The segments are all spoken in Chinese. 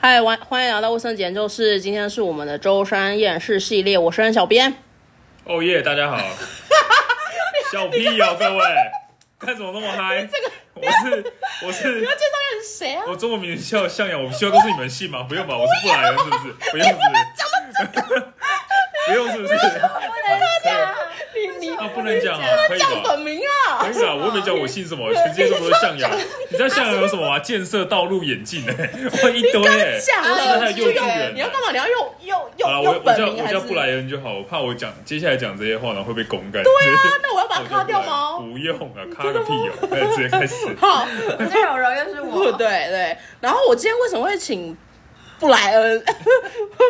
嗨，欢欢迎来到卫生研究室。今天是我们的舟山验视系列，我是任小编。哦耶！大家好，小屁哦，各位，看怎么那么嗨？我是我是要介绍认识谁啊？我中文名叫向阳，我需要告诉你们姓吗？不用吧，我是布莱恩，是不是？不用是不是？不用是不是？你你啊，不能讲啊，可以叫吧本？名啊可？以吧？我也没讲我姓什么，全世界都不是向阳。你知道向阳有什么吗？建设道路眼镜哎，我一堆哎，讲那了还有幼稚你要园。啊干嘛？你要用用好用了，我用我本叫名我还叫是？布莱恩就好，我怕我讲接下来讲这些话，然后会被公干。对啊，那我要把 它我就卡掉哦不来吗？不用啊，卡个屁哦！ 哎，直接开始。好，我最柔柔又是不我， 对对。然后我今天为什么会请布莱恩？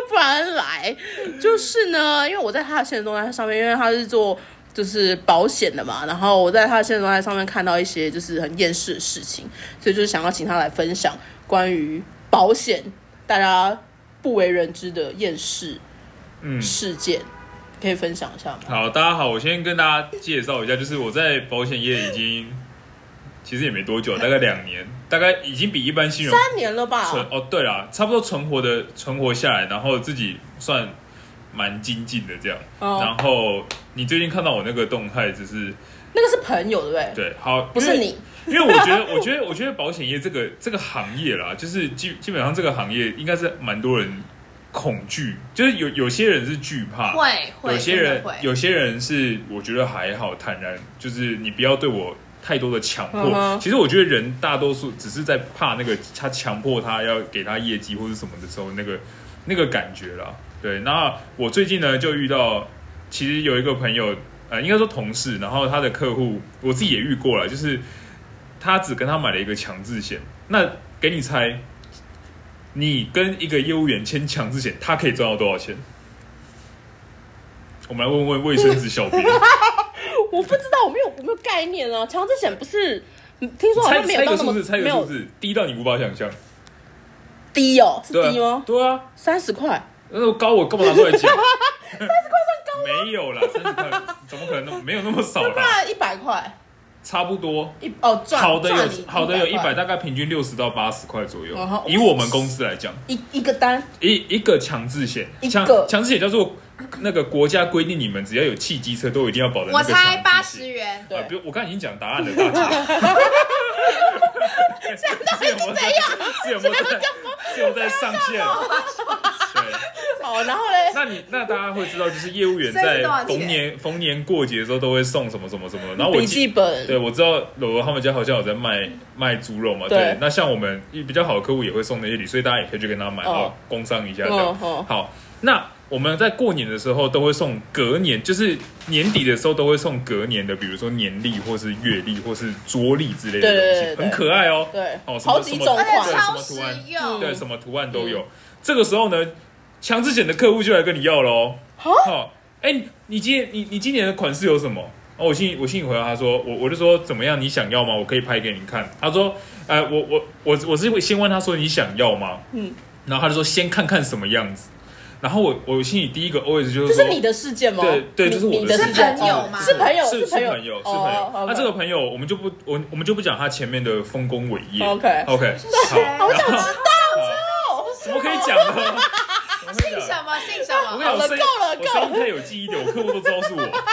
布莱恩来，就是呢，因为我在他的现实动态上面，因为他是做就是保险的嘛，然后我在他的现实动态上面看到一些就是很厌世的事情，所以就是想要请他来分享关于保险大家不为人知的厌世嗯，事件，可以分享一下吗？好，大家好，我先跟大家介绍一下，就是我在保险业已经其实也没多久，大概两年，大概已经比一般新人三年了吧？存哦，对啦，差不多存活的存活下来，然后自己算蛮精进的这样。哦然后你最近看到我那个动态，就是那个是朋友对不对？对，好，不因是为你，因为我觉得，我觉得，我觉得保险业这个这个行业啦，就是基基本上这个行业应该是蛮多人恐惧，就是有有些人是惧怕，会会有些人真的会有些人是我觉得还好，坦然就是你不要对我太多的强迫。嗯哼其实我觉得人大多数只是在怕那个他强迫他要给他业绩或者什么的时候那个那个感觉啦。对，那我最近呢就遇到，其实有一个朋友，呃，应该说同事，然后他的客户，我自己也遇过了，就是他只跟他买了一个强制险，那给你猜。你跟一个业务员签强制险，他可以赚到多少钱？我们来问问卫生纸小编， 我不知道，我没有我没有概念啊。强制险不是听说好猜像没有猜到个那数字，么猜没个数有字，低到你无法想象，低哦，是对低啊吗，？对啊，三十块，那种高我干嘛拿出来 讲？三十块算高没有啦，三十块怎么可能那么没有那么少 不啦？啊然一百块差不多，一哦赚好的赚你有好的有一块百，大概平均六十到八十块左右哦好。以我们公司来讲，一一个单一一个强制险一，强个强制险叫做那个国家规定，你们只要有汽机车都一定要保的那个我强制险。猜八十元，对啊，不用，我刚才已经讲答案了，大家。讲到底怎样？是有没有在？是有没有在上线？对，哦，然后嘞，那你那大家会知道，就是业务员所以在是多少钱逢年逢年过节的时候都会送什么什么什么。然后我笔记记，本对我知道柔柔他们家好像有在卖卖猪肉嘛，对对。那像我们比较好的客户也会送那些礼，所以大家也可以去跟他买，哦然后工商一下这嗯样。哼，好，那我们在过年的时候都会送隔年，就是年底的时候都会送隔年的，比如说年历或是月历或是桌历之类的对东对对对西，很可爱哦。对哦，什么好几种什么而且款，嗯超实用，对，什么图案都有。这个时候呢，强制险的客户就来跟你要喽。好，哎、你你今年你你今年的款式有什么？哦，我心里我心里回答他说，我我就说怎么样，你想要吗？我可以拍给你看。他说，哎、我我我我是会先问他说你想要吗？嗯，然后他就说先看看什么样子。然后我我心里第一个 always 就是这说是你的事件吗？对对，你就是我你的的事事情件，朋友哦吗是朋友，哦是朋朋友，是朋友。那这个朋友，我们就不我我们就不讲他前面的丰功伟业。 OK OK，好，好想然后友怎么可以讲呢？怎么可以姓讲什么姓什啊我么跟，你讲好了声音够了我声音太有记忆点，我客户都知道是 我。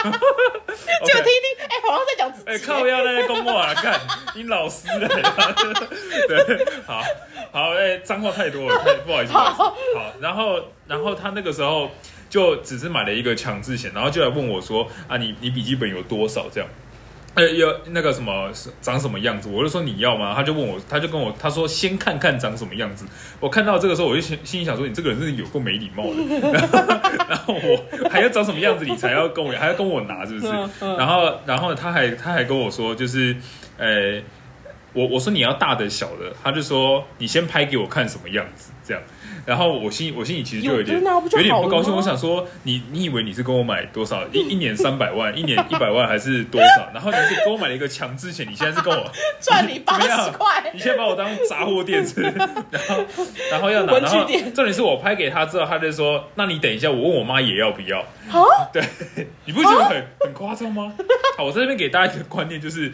就听 OK，听，哎，好像在讲自己，哎、靠腰在公我啊，干你老师嘞！对，好好，哎、脏话太多了，太不好意思。不好意思好好，然后然后他那个时候就只是买了一个强制险，然后就来问我说啊，你你笔记本有多少这样？呃，有那个什么长什么样子，我就说你要吗？他就问我，他就跟我他说先看看长什么样子。我看到这个时候，我就心心里想说，你这个人真是有够没礼貌啊的。然后 我还要长什么样子，你才要跟我还要跟我拿，是不是嗯？嗯然后然后他还他还跟我说，就是呃，我我说你要大的小的，他就说你先拍给我看什么样子这样。然后我心我心里其实就有点有对那不就有点好了不高兴，吗我想说你你以为你是跟我买多少 一一年三百万，一年一百万还是多少？然后你是跟我买了一个强制险，你现在是跟 我赚你八怎么样十块 你，先把我当杂货店吃，然后然后要拿，文然具后店重点是我拍给他之后，他就说：“那你等一下，我问我妈也要不要。”啊，对，你不觉得哦很、很夸张吗？好，我在这边给大家一个观念，就是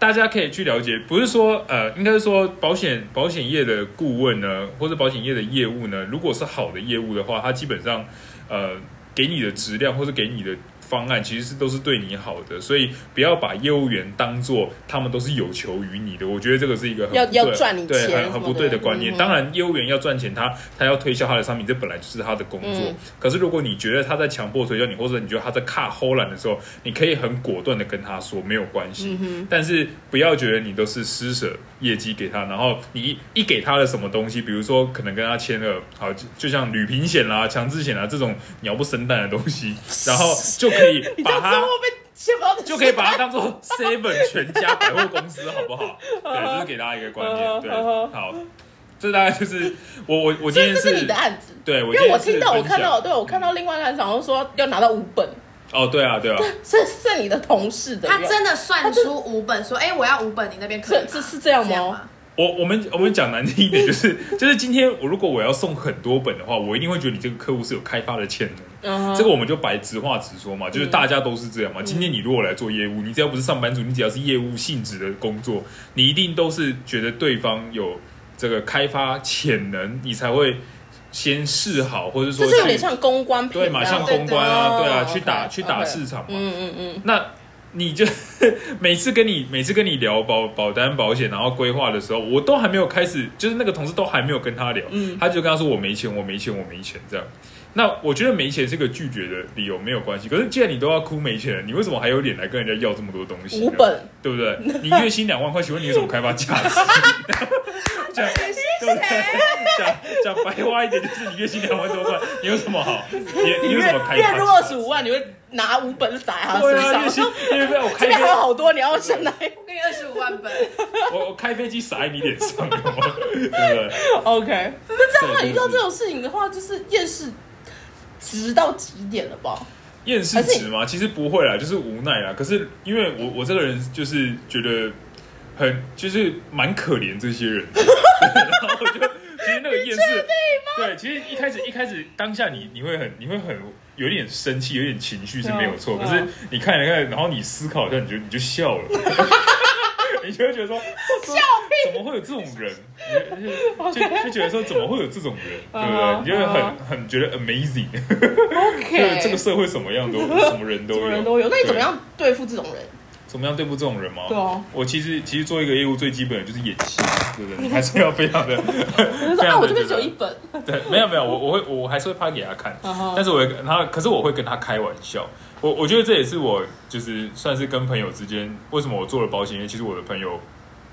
大家可以去了解，不是说呃，应该是说保险保险业的顾问呢，或者保险业的业务呢，如果是好的业务的话，它基本上呃给你的质量或是给你的方案，其实是都是对你好的，所以不要把业务员当做他们都是有求于你的。我觉得这个是一个很要不对要赚你对钱很很不对什么的的观念。嗯当然，业务员要赚钱，他他要推销他的商品，这本来就是他的工作。嗯可是如果你觉得他在强迫推销你，或者你觉得他在卡偷懒的时候，你可以很果断的跟他说没有关系，嗯但是不要觉得你都是施舍业绩给他，然后你一一给他了什么东西，比如说可能跟他签了好就就像旅平险啦、强制险啦这种鸟不生蛋的东西，然后就可以 你这把样子会。它不会被先把就可以把它当 做 Seven 全家百货公司，好不好？对，就是给大家一个观 念。对，好，这大概就是我我我今这天这是是你的案子。对，我因今为天我听到，是我分看到，享对我看到另外一个案场，说要拿到五本，哦，对啊，对啊，是是你的同事的他人，真的算出五本，说哎，我要五本，你那边可以啊这这吗？是这样这样吗吗？？我我们我们讲难听一点，就是就是今天我如果我要送很多本的话，我一定会觉得你这个客户是有开发的潜能。嗯哼这个我们就白直话直说嘛，嗯就是大家都是这样嘛。今天你如果来做业务，你只要不是上班族，你只要是业务性质的工作，你一定都是觉得对方有这个开发潜能，你才会先试好，或者说这是有去点像公关品啊，对嘛，像公关哦啊，对啊， OK，去打去打 OK 市场嘛。嗯嗯嗯，那你就 每次跟你每次跟你聊保保单保险，然后规划的时候，我都还没有开始，就是那个同事都还没有跟他聊，嗯他就跟他说我没钱，我没钱，我没钱这样。那我觉得没钱是个拒绝的理由，没有关系。可是既然你都要哭没钱了，你为什么还有脸来跟人家要这么多东西呢？五本对不对？你月薪两万块，请问你有什么开发 价值？讲对不对？讲讲白话一点，就是你月薪两万多块，你有什么好？你你有月什么开发价值？月入二十五万，你会拿五本就砸在他对啊，身月薪上。月费我这开边飞还有好多，你要先来。我给你二十五万本，我我开飞机撒在你脸上，有吗对不对？ OK，那这样的话，对对对遇到这种事情的话，就是厌世直到极点了吧？厌世值吗？其实不会啦，就是无奈啦。可是因为我我这个人就是觉得很就是蛮可怜这 些人，对然后我就其实那个厌世，对，其实一开始一开始当下你你会很你会很有点生气，有点情绪是没有错，嗯可是你看一看，然后你思考一下，你就你就笑 了。你就会觉得说，笑怎么会有这种人？你就就就觉得说，怎么会有这种人，对不对？嗯你就会嗯很很觉得 amazing，就是 OK，这个社会什 么样都什么人都什有，么人都有。那你对怎么？样对付这种人？怎么样对付这种人吗？对啊我其实其实做一个业务最基本的就是演戏，对不对？你还是要非常的，我就非说啊，常我的这边只有一本，对，没有没有，我我会我还是会拍给他看嗯哼但是我会跟他，可是我会跟他开玩笑。我我觉得这也是我就是算是跟朋友之间，为什么我做了保险？因为其实我的朋友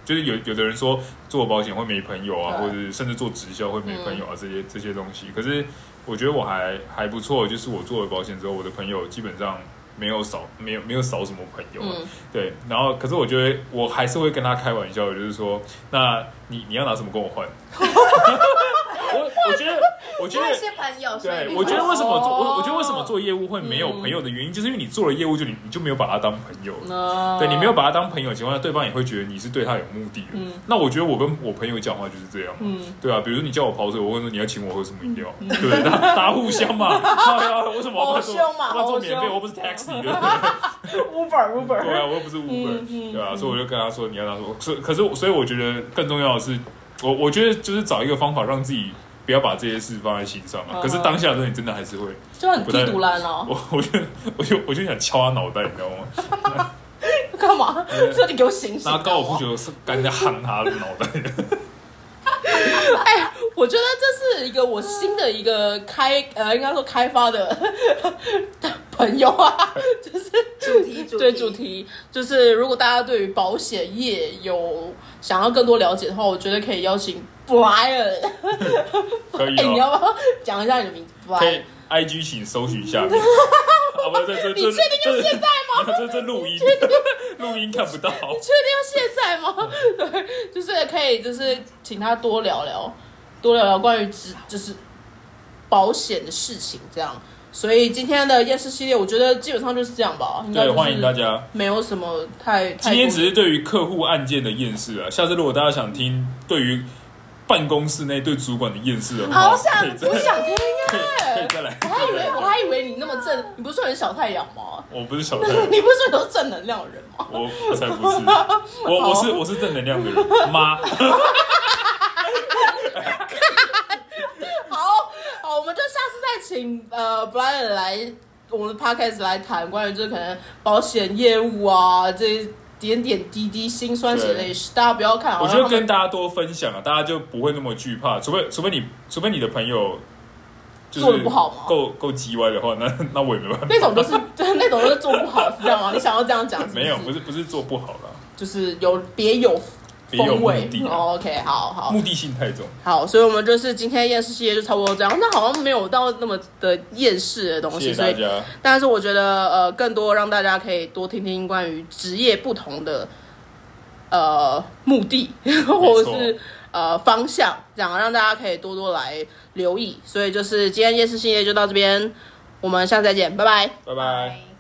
就是有有的人说做保险会没朋友啊，对嗯或者是甚至做直销会没朋友啊，这些这些东西。可是我觉得我还还不错，就是我做了保险之后，我的朋友基本上没有少，没有没有少什么朋友、啊。嗯对，然后可是我觉得我还是会跟他开玩笑，就是说，那你你要拿什么跟 我换？我我觉得，我觉因得为。是朋友，所以对，你我觉得为什么做哦嗯我我觉得为什么做业务会没有朋友的原因，就是因为你做了业务就你你就没有把他当朋友了。那对你没有把他当朋友的情况下，对方也会觉得你是对他有目的的。嗯那我觉得我跟我朋友讲话就是这样嘛，嗯对啊，比如说你叫我跑水，我会说你要请我喝什么饮料，对不对？大大家互相 嘛，对啊，为什么我要做好凶嘛我要做好免凶费，我又不是 taxi 的。 Uber Uber，对啊，我又不是 Uber，、嗯嗯对啊，所以我就跟他说你要拿什么，所以可是我所以我觉得更重要的是，我我觉得就是找一个方法让自己不要把这些事放在心上啊。嗯可是当下的时候你真的还是会，就很低毒烂哦。 我我就我就我就想敲他脑袋，你知道吗？ 干嘛？说你给我醒醒！拿高尔夫球是干掉夯他的脑袋。哎我觉得这是一个我新的一个开呃，应该说开发的 的朋友啊， 就是主题主题对主题，就是如果大家对于保险业有想要更多了解的话，我觉得可以邀请 Brian，可以哎、 你哦，要不要讲一下你的名字可以？Brian， I G 请搜寻一下面。啊不，这这这，你确定要现在吗？这这录音， 录音看不到。确定要现在吗？ 对，就是可以，就是请他多聊聊，多聊聊关于只就是保险的事情这样。所以今天的夜市系列，我觉得基本上就是这样吧。应该对，就是欢迎大家。没有什么太太今天多只是对于客户案件的厌世啊，下次如果大家想听对于办公室内对主管的厌世的话，好想可以再我想哎听可以可以耶、再来。我还以为我还以为你那么正，你不是说你是小太阳吗？ 我不是小太阳，你不是说你都是正能量的人吗？我我才不是，我我是我是正能量的人妈。请呃 Brian 来我们的 podcast 来谈关于就是可能保险业务啊这些点点滴滴辛酸血泪史，大家不要看好我像觉他得们跟大家多分享啊，大家就不会那么惧怕，除非除非你除非你的朋友就是做得不好吗够够叽歪的话，那 那我也没办法。那种都是 那种都是做不好，是这样吗？你想要这样讲是不是？没有，不是不是做不好啦，就是有别有别有风目味。的啊、哦 OK，好好目的性太重。好，所以我们就是今天厌世系列就差不多这样。那好像没有到那么的厌世的东谢西，谢所大以家，但是我觉得呃，更多让大家可以多听听关于职业不同的呃目的， 或者是呃方向，这样让大家可以多多来留意。所以就是今天夜市系列就到这边，我们下次再见，拜拜。拜拜。拜